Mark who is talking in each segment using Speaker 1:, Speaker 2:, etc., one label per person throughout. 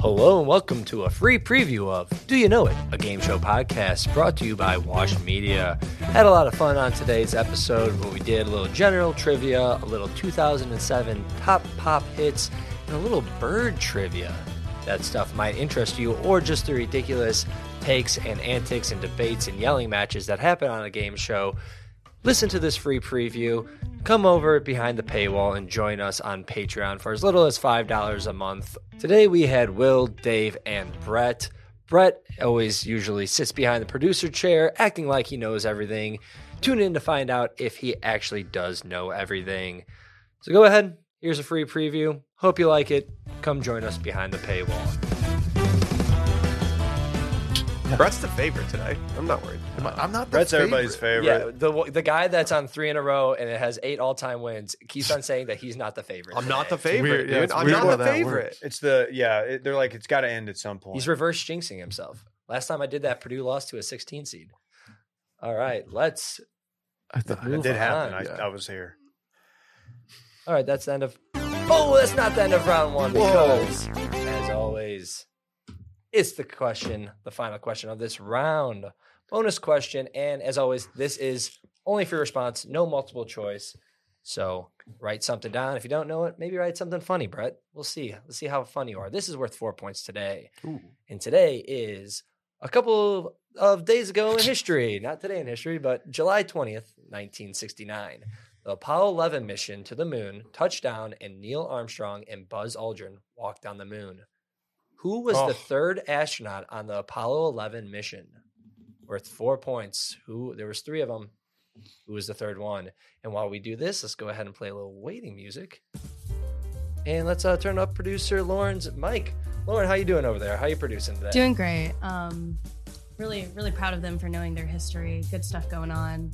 Speaker 1: Hello and welcome to a free preview of Do You Know It, a game show podcast brought to you by Wash Media. Had a lot of fun on today's episode where we did a little general trivia, a little 2007 top pop hits, and a little bird trivia. That stuff might interest you, or just the ridiculous takes and antics and debates and yelling matches that happen on a game show listen to this free preview, come over behind the paywall and join us on Patreon for as little as $5 a month. Today we had Will, Dave, and Brett. Brett always usually sits behind the producer chair, acting like he knows everything. Tune in to find out if he actually does know everything. So go ahead, here's a free preview. Hope you like it. Come join us behind the paywall.
Speaker 2: Brett's the favorite today. I'm not worried.
Speaker 3: Am I- I'm not the
Speaker 4: Brett's
Speaker 3: favorite.
Speaker 4: everybody's favorite.
Speaker 1: Yeah, the the guy that's on three in a row and it has eight all time wins keeps on saying that he's not the favorite.
Speaker 2: I'm not
Speaker 1: today.
Speaker 2: the favorite,
Speaker 3: weird. Yeah,
Speaker 2: dude.
Speaker 3: it's
Speaker 2: I'm
Speaker 3: weird how
Speaker 2: not the
Speaker 3: that
Speaker 2: favorite.
Speaker 4: It's the yeah. It, they're like it's got to end at some point.
Speaker 1: He's reverse jinxing himself. Last time I did that, Purdue lost to a 16 seed. All right, let's.
Speaker 3: I thought-
Speaker 1: Move
Speaker 4: it did happen.
Speaker 1: on.
Speaker 4: I,
Speaker 3: Yeah.
Speaker 4: I was here.
Speaker 1: All right, that's the end of. Oh, that's not the end of round one because, as always, it's the question, the final question of this round. Bonus question. And as always, this is only free response, no multiple choice. So write something down. If you don't know it, maybe write something funny, Brett. We'll see. Let's see how funny you are. This is worth four points today. And today is a couple of days ago in history, not today in history, but July 20th, 1969. The Apollo 11 mission to the moon touched down, and Neil Armstrong and Buzz Aldrin walked on the moon. Who was
Speaker 4: Oh.
Speaker 1: the third astronaut on the Apollo 11 mission? Worth four points. Who? There was three of them. Who was the third one? And while we do this, let's go ahead and play a little waiting music. And let's uh, turn up producer Lauren's mic. Lauren, how you doing over there? How you producing today?
Speaker 5: Doing great. Um, really, really proud of them for knowing their history. Good stuff going on.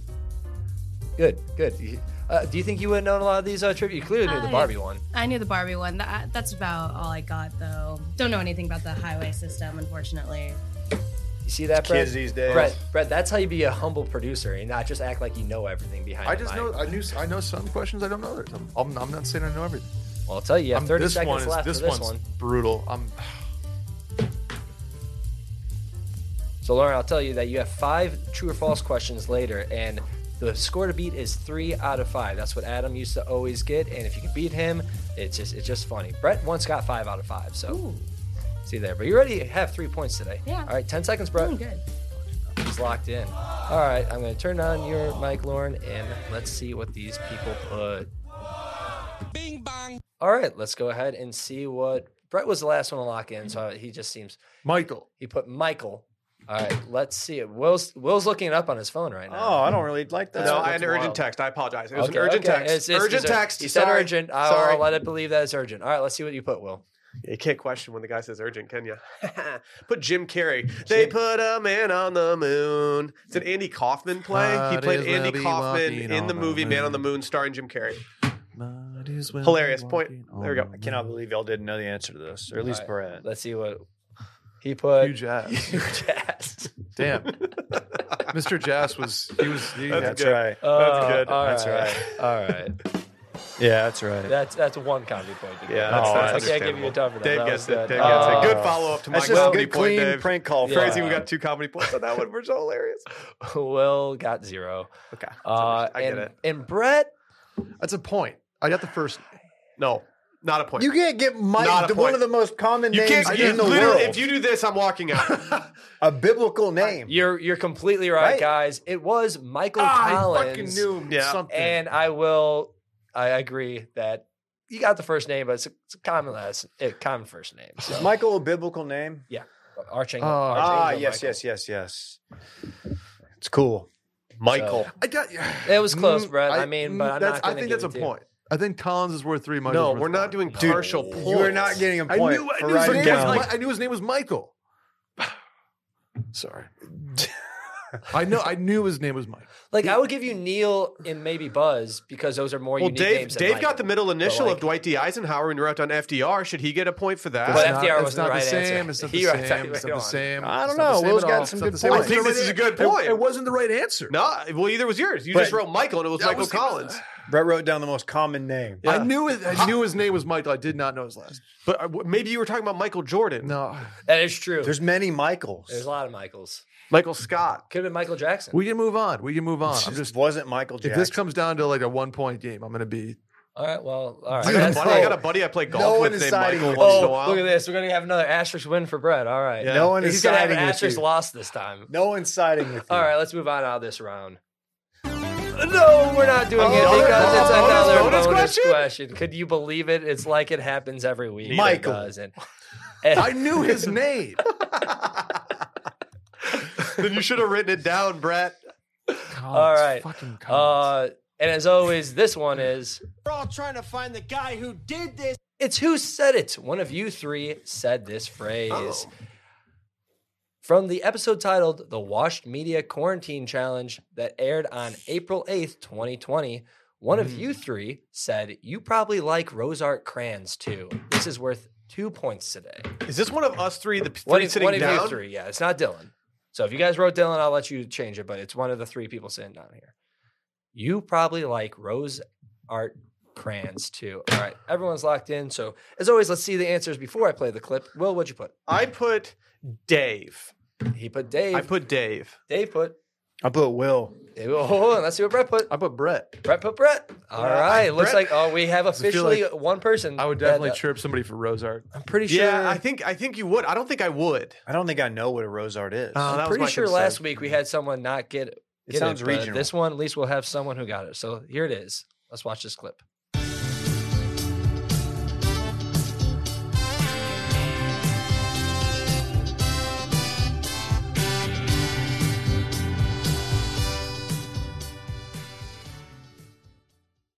Speaker 1: Good, good. You- Uh, do you think you would have known a lot of these uh, trivia? You clearly knew the
Speaker 5: I-
Speaker 1: Barbie one.
Speaker 5: I knew the Barbie one. That, that's about all I got, though. Don't know anything about the highway system, unfortunately.
Speaker 1: You see that, Brett?
Speaker 4: Kids these days.
Speaker 1: Brett, Brett, that's how you be a humble producer and not just act like you know everything behind.
Speaker 3: I
Speaker 1: the
Speaker 3: just
Speaker 1: mic.
Speaker 3: know I knew I know some questions. I don't know others. I'm, I'm, I'm not saying I know everything.
Speaker 1: Well, I'll tell you, you have
Speaker 3: I'm-
Speaker 1: 30
Speaker 3: this
Speaker 1: seconds
Speaker 3: one is
Speaker 1: left
Speaker 3: this,
Speaker 1: for this
Speaker 3: one's
Speaker 1: one.
Speaker 3: brutal. I'm
Speaker 1: So, Lauren, I'll tell you that you have five true or false questions later, and the score to beat is three out of five. That's what Adam used to always get, and if you can beat him, it's just it's just funny. Brett once got five out of five, so see there. But you already have three points today.
Speaker 5: Yeah. Mm,
Speaker 1: All right, 10 seconds, Brett.
Speaker 5: Doing good.
Speaker 1: He's locked in. All right, I'm going to turn on your mic, Lauren, and let's see what these people put.
Speaker 6: Bing bong.
Speaker 1: All right, let's go ahead and see what Brett was the last one to lock in, so he just seems
Speaker 3: Michael.
Speaker 1: he put Michael. All right, let's see it. Will's Will's looking it up on his phone right now.
Speaker 4: Oh, I don't really like that.
Speaker 2: No, I had an
Speaker 4: That's
Speaker 2: urgent
Speaker 4: wild.
Speaker 2: text. I apologize. It was
Speaker 1: Okay,
Speaker 2: an urgent
Speaker 1: okay.
Speaker 2: text.
Speaker 1: It's- it's-
Speaker 2: urgent
Speaker 1: it's-
Speaker 2: text.
Speaker 1: You said
Speaker 2: Sorry.
Speaker 1: urgent. I'll,
Speaker 2: Sorry.
Speaker 1: I'll let it believe that it's urgent. All right, let's see what you put, Will.
Speaker 2: You can't question when the guy says urgent, can you? put Jim Carrey. They
Speaker 1: Jim-
Speaker 2: put a man on the moon. It's an Andy Kaufman play. he
Speaker 3: Might
Speaker 2: played
Speaker 3: as
Speaker 2: Andy
Speaker 3: well be
Speaker 2: Kaufman
Speaker 3: walking
Speaker 2: in the
Speaker 3: on the
Speaker 2: movie Man on the
Speaker 3: moon.
Speaker 2: Moon, starring Jim Carrey.
Speaker 3: Might as well
Speaker 2: Hilarious
Speaker 3: be
Speaker 2: point.
Speaker 3: walking
Speaker 2: There we go.
Speaker 3: on
Speaker 4: I cannot believe y'all didn't know the answer to this, or at least
Speaker 1: All
Speaker 4: Brett.
Speaker 1: Let's see what he
Speaker 3: the-
Speaker 1: put.
Speaker 3: Huge ass.
Speaker 1: Huge ass.
Speaker 3: Damn. Mr. Jass was he was he
Speaker 2: That's
Speaker 3: had-
Speaker 4: That's
Speaker 2: good.
Speaker 4: right.
Speaker 1: Oh,
Speaker 4: that's good.
Speaker 1: all
Speaker 4: That's right.
Speaker 1: right. All right.
Speaker 4: Yeah, that's right.
Speaker 1: That's that's one comedy point. to
Speaker 2: Yeah,
Speaker 1: get.
Speaker 2: that's,
Speaker 4: Oh,
Speaker 2: that's
Speaker 1: I can't give you a
Speaker 2: understandable.
Speaker 1: tough for that.
Speaker 2: Dave
Speaker 1: That
Speaker 2: gets
Speaker 1: was
Speaker 2: it.
Speaker 1: good.
Speaker 2: Dave gets it. Good
Speaker 1: Uh,
Speaker 2: follow up to my
Speaker 4: That's just a
Speaker 2: comedy
Speaker 4: good,
Speaker 2: point,
Speaker 4: clean
Speaker 2: Dave.
Speaker 4: prank call.
Speaker 1: Yeah.
Speaker 4: for
Speaker 2: Crazy,
Speaker 4: us.
Speaker 2: we got two comedy points on that one. We're so hilarious.
Speaker 1: Uh, Will got zero.
Speaker 2: Okay,
Speaker 1: Uh,
Speaker 2: I get
Speaker 1: and,
Speaker 2: it.
Speaker 1: And Brett,
Speaker 3: That's a point. I got the first.
Speaker 2: No, not a point.
Speaker 4: You can't get
Speaker 2: Not a
Speaker 4: Mike, the-
Speaker 2: point.
Speaker 4: one of the most common
Speaker 2: You
Speaker 4: names
Speaker 2: can't.
Speaker 3: you
Speaker 4: in the
Speaker 2: literally,
Speaker 4: world.
Speaker 2: if you do this, I'm walking out.
Speaker 4: a biblical name.
Speaker 1: you're you're completely right,
Speaker 4: Right.
Speaker 1: guys. It was Michael
Speaker 3: Ah, I
Speaker 1: Collins.
Speaker 3: fucking knew
Speaker 2: Yeah.
Speaker 3: something.
Speaker 1: And I will, I agree that you got the first name, but it's a, it's a common last, a common first name. So.
Speaker 4: Is Michael a biblical name?
Speaker 1: Archangel.
Speaker 3: Oh.
Speaker 4: Ah,
Speaker 1: Archangel
Speaker 4: yes,
Speaker 1: Michael.
Speaker 4: yes, yes, yes. It's cool. Michael.
Speaker 3: I got yeah.
Speaker 1: It was close,
Speaker 3: Mm,
Speaker 1: Brett. I mean, but I'm
Speaker 3: that's,
Speaker 1: not
Speaker 3: I
Speaker 1: gonna
Speaker 3: think
Speaker 1: give
Speaker 3: that's a
Speaker 1: it to you.
Speaker 3: point. I think Collins is worth three. Michael's
Speaker 2: no,
Speaker 3: worth
Speaker 2: we're not
Speaker 3: one.
Speaker 2: doing
Speaker 1: Dude,
Speaker 2: partial points.
Speaker 4: You are not getting a
Speaker 3: I
Speaker 4: point
Speaker 3: knew, I,
Speaker 4: for
Speaker 3: knew his
Speaker 4: writing
Speaker 3: name was,
Speaker 4: down.
Speaker 3: Mi- I knew his name was Michael. Sorry. I know. I knew his name was Mike.
Speaker 1: Like I would give you Neil and maybe Buzz because those are more
Speaker 2: Well,
Speaker 1: unique
Speaker 2: Dave,
Speaker 1: names. than
Speaker 2: Dave got the
Speaker 1: Michael.
Speaker 2: middle initial
Speaker 1: like-
Speaker 2: of Dwight D. Eisenhower, and you wrote on FDR. Should he get a point for that?
Speaker 1: But
Speaker 3: It's not-
Speaker 1: FDR
Speaker 3: it's
Speaker 1: wasn't
Speaker 3: not
Speaker 1: the right
Speaker 3: same.
Speaker 1: answer.
Speaker 3: It's not
Speaker 1: He
Speaker 3: the
Speaker 1: right-
Speaker 3: same. It's
Speaker 1: right
Speaker 3: not the
Speaker 1: on.
Speaker 3: same.
Speaker 4: I
Speaker 3: It's
Speaker 4: don't
Speaker 3: not the
Speaker 4: know.
Speaker 3: same
Speaker 4: Will's
Speaker 3: at all.
Speaker 4: got
Speaker 3: It's
Speaker 4: some
Speaker 3: not
Speaker 4: good
Speaker 3: the same.
Speaker 4: points.
Speaker 2: I think this is a good
Speaker 3: It-
Speaker 2: point.
Speaker 3: It wasn't the right answer.
Speaker 2: no, well, either was yours. You
Speaker 4: But-
Speaker 2: just wrote Michael, and it was
Speaker 3: That
Speaker 2: Michael
Speaker 3: was the-
Speaker 2: Collins.
Speaker 4: Brett wrote down the most common name.
Speaker 3: I knew it. I knew his name was Michael. I did not know his last.
Speaker 2: But uh, w- maybe you were talking about Michael Jordan.
Speaker 3: No,
Speaker 1: That is true. There's,
Speaker 4: There's many Michaels.
Speaker 1: a lot of Michaels.
Speaker 2: Michael Scott.
Speaker 1: Could have been Michael Jackson.
Speaker 3: we can move on. We can move on.
Speaker 4: It
Speaker 3: I'm
Speaker 4: just
Speaker 3: just
Speaker 4: wasn't Michael
Speaker 3: if
Speaker 4: Jackson.
Speaker 3: this comes down to like a one point game, I'm gonna be.
Speaker 1: all right. Well, all right.
Speaker 2: I got, a
Speaker 1: That's
Speaker 2: buddy,
Speaker 1: it.
Speaker 2: I got a buddy I play golf
Speaker 4: No one
Speaker 2: with
Speaker 4: is
Speaker 2: named
Speaker 4: siding
Speaker 2: Michael
Speaker 4: with
Speaker 2: once
Speaker 4: you.
Speaker 2: in a
Speaker 1: Oh,
Speaker 2: while.
Speaker 1: look at this. We're going to have another asterisk win for Brett. All right.
Speaker 2: Yeah.
Speaker 4: no one is
Speaker 1: He's going to have
Speaker 4: siding
Speaker 1: an
Speaker 4: with
Speaker 1: asterisk
Speaker 4: you.
Speaker 1: loss this time.
Speaker 4: No one's siding with you.
Speaker 1: All right. Let's move on out of this round. No, we're not doing it because it's
Speaker 2: Bonus,
Speaker 1: another bonus,
Speaker 2: bonus
Speaker 1: question?
Speaker 2: question?
Speaker 1: Could you believe it? It's like it happens every week.
Speaker 4: Michael.
Speaker 1: It doesn't. Eh,
Speaker 3: I knew his name.
Speaker 2: then you should have written it down, Brett.
Speaker 1: All right.
Speaker 3: Fucking Collins.
Speaker 1: Uh, and as always, this one is
Speaker 6: We're all trying to find the guy who did this.
Speaker 1: it's who said it. One of you three said this phrase. From the episode titled The Washed Media Quarantine Challenge that aired on April 8th, 2020, one of you three said, You probably like Rosart Crayons too. This is worth two points today.
Speaker 2: Is this one of us three, the p-
Speaker 1: One,
Speaker 2: three
Speaker 1: of-
Speaker 2: sitting
Speaker 1: one of
Speaker 2: down?
Speaker 1: you three, yeah. It's not Dylan. So if you guys wrote Dylan, I'll let you change it, but it's one of the three people sitting down here. You probably like Rose Art Crayons too. All right, everyone's locked in. So as always, let's see the answers before I play the clip. Will, what'd you put?
Speaker 2: I put Dave.
Speaker 1: He put Dave.
Speaker 2: I put Dave.
Speaker 1: Dave put.
Speaker 4: I put Will.
Speaker 1: Dave, oh, hold on, let's see what Brett put.
Speaker 3: I put Brett.
Speaker 1: Brett put Brett. All
Speaker 2: Yeah,
Speaker 1: right, looks like
Speaker 2: Brett.
Speaker 1: oh we have
Speaker 3: it feel
Speaker 1: officially one person.
Speaker 3: I would
Speaker 1: that,
Speaker 3: definitely
Speaker 1: uh,
Speaker 3: chirp somebody for Rosart.
Speaker 1: I'm pretty sure.
Speaker 2: Yeah, I think I think you would. I don't think I would.
Speaker 4: I don't think I know what a Rosard is.
Speaker 2: Uh,
Speaker 1: I'm
Speaker 2: that was
Speaker 1: pretty
Speaker 2: my
Speaker 1: sure
Speaker 2: concern.
Speaker 1: last week we had someone not get it.
Speaker 4: it
Speaker 1: get
Speaker 4: sounds
Speaker 1: but
Speaker 4: regional.
Speaker 1: This one, at least we'll have someone who got it. So here it is. Let's watch this clip.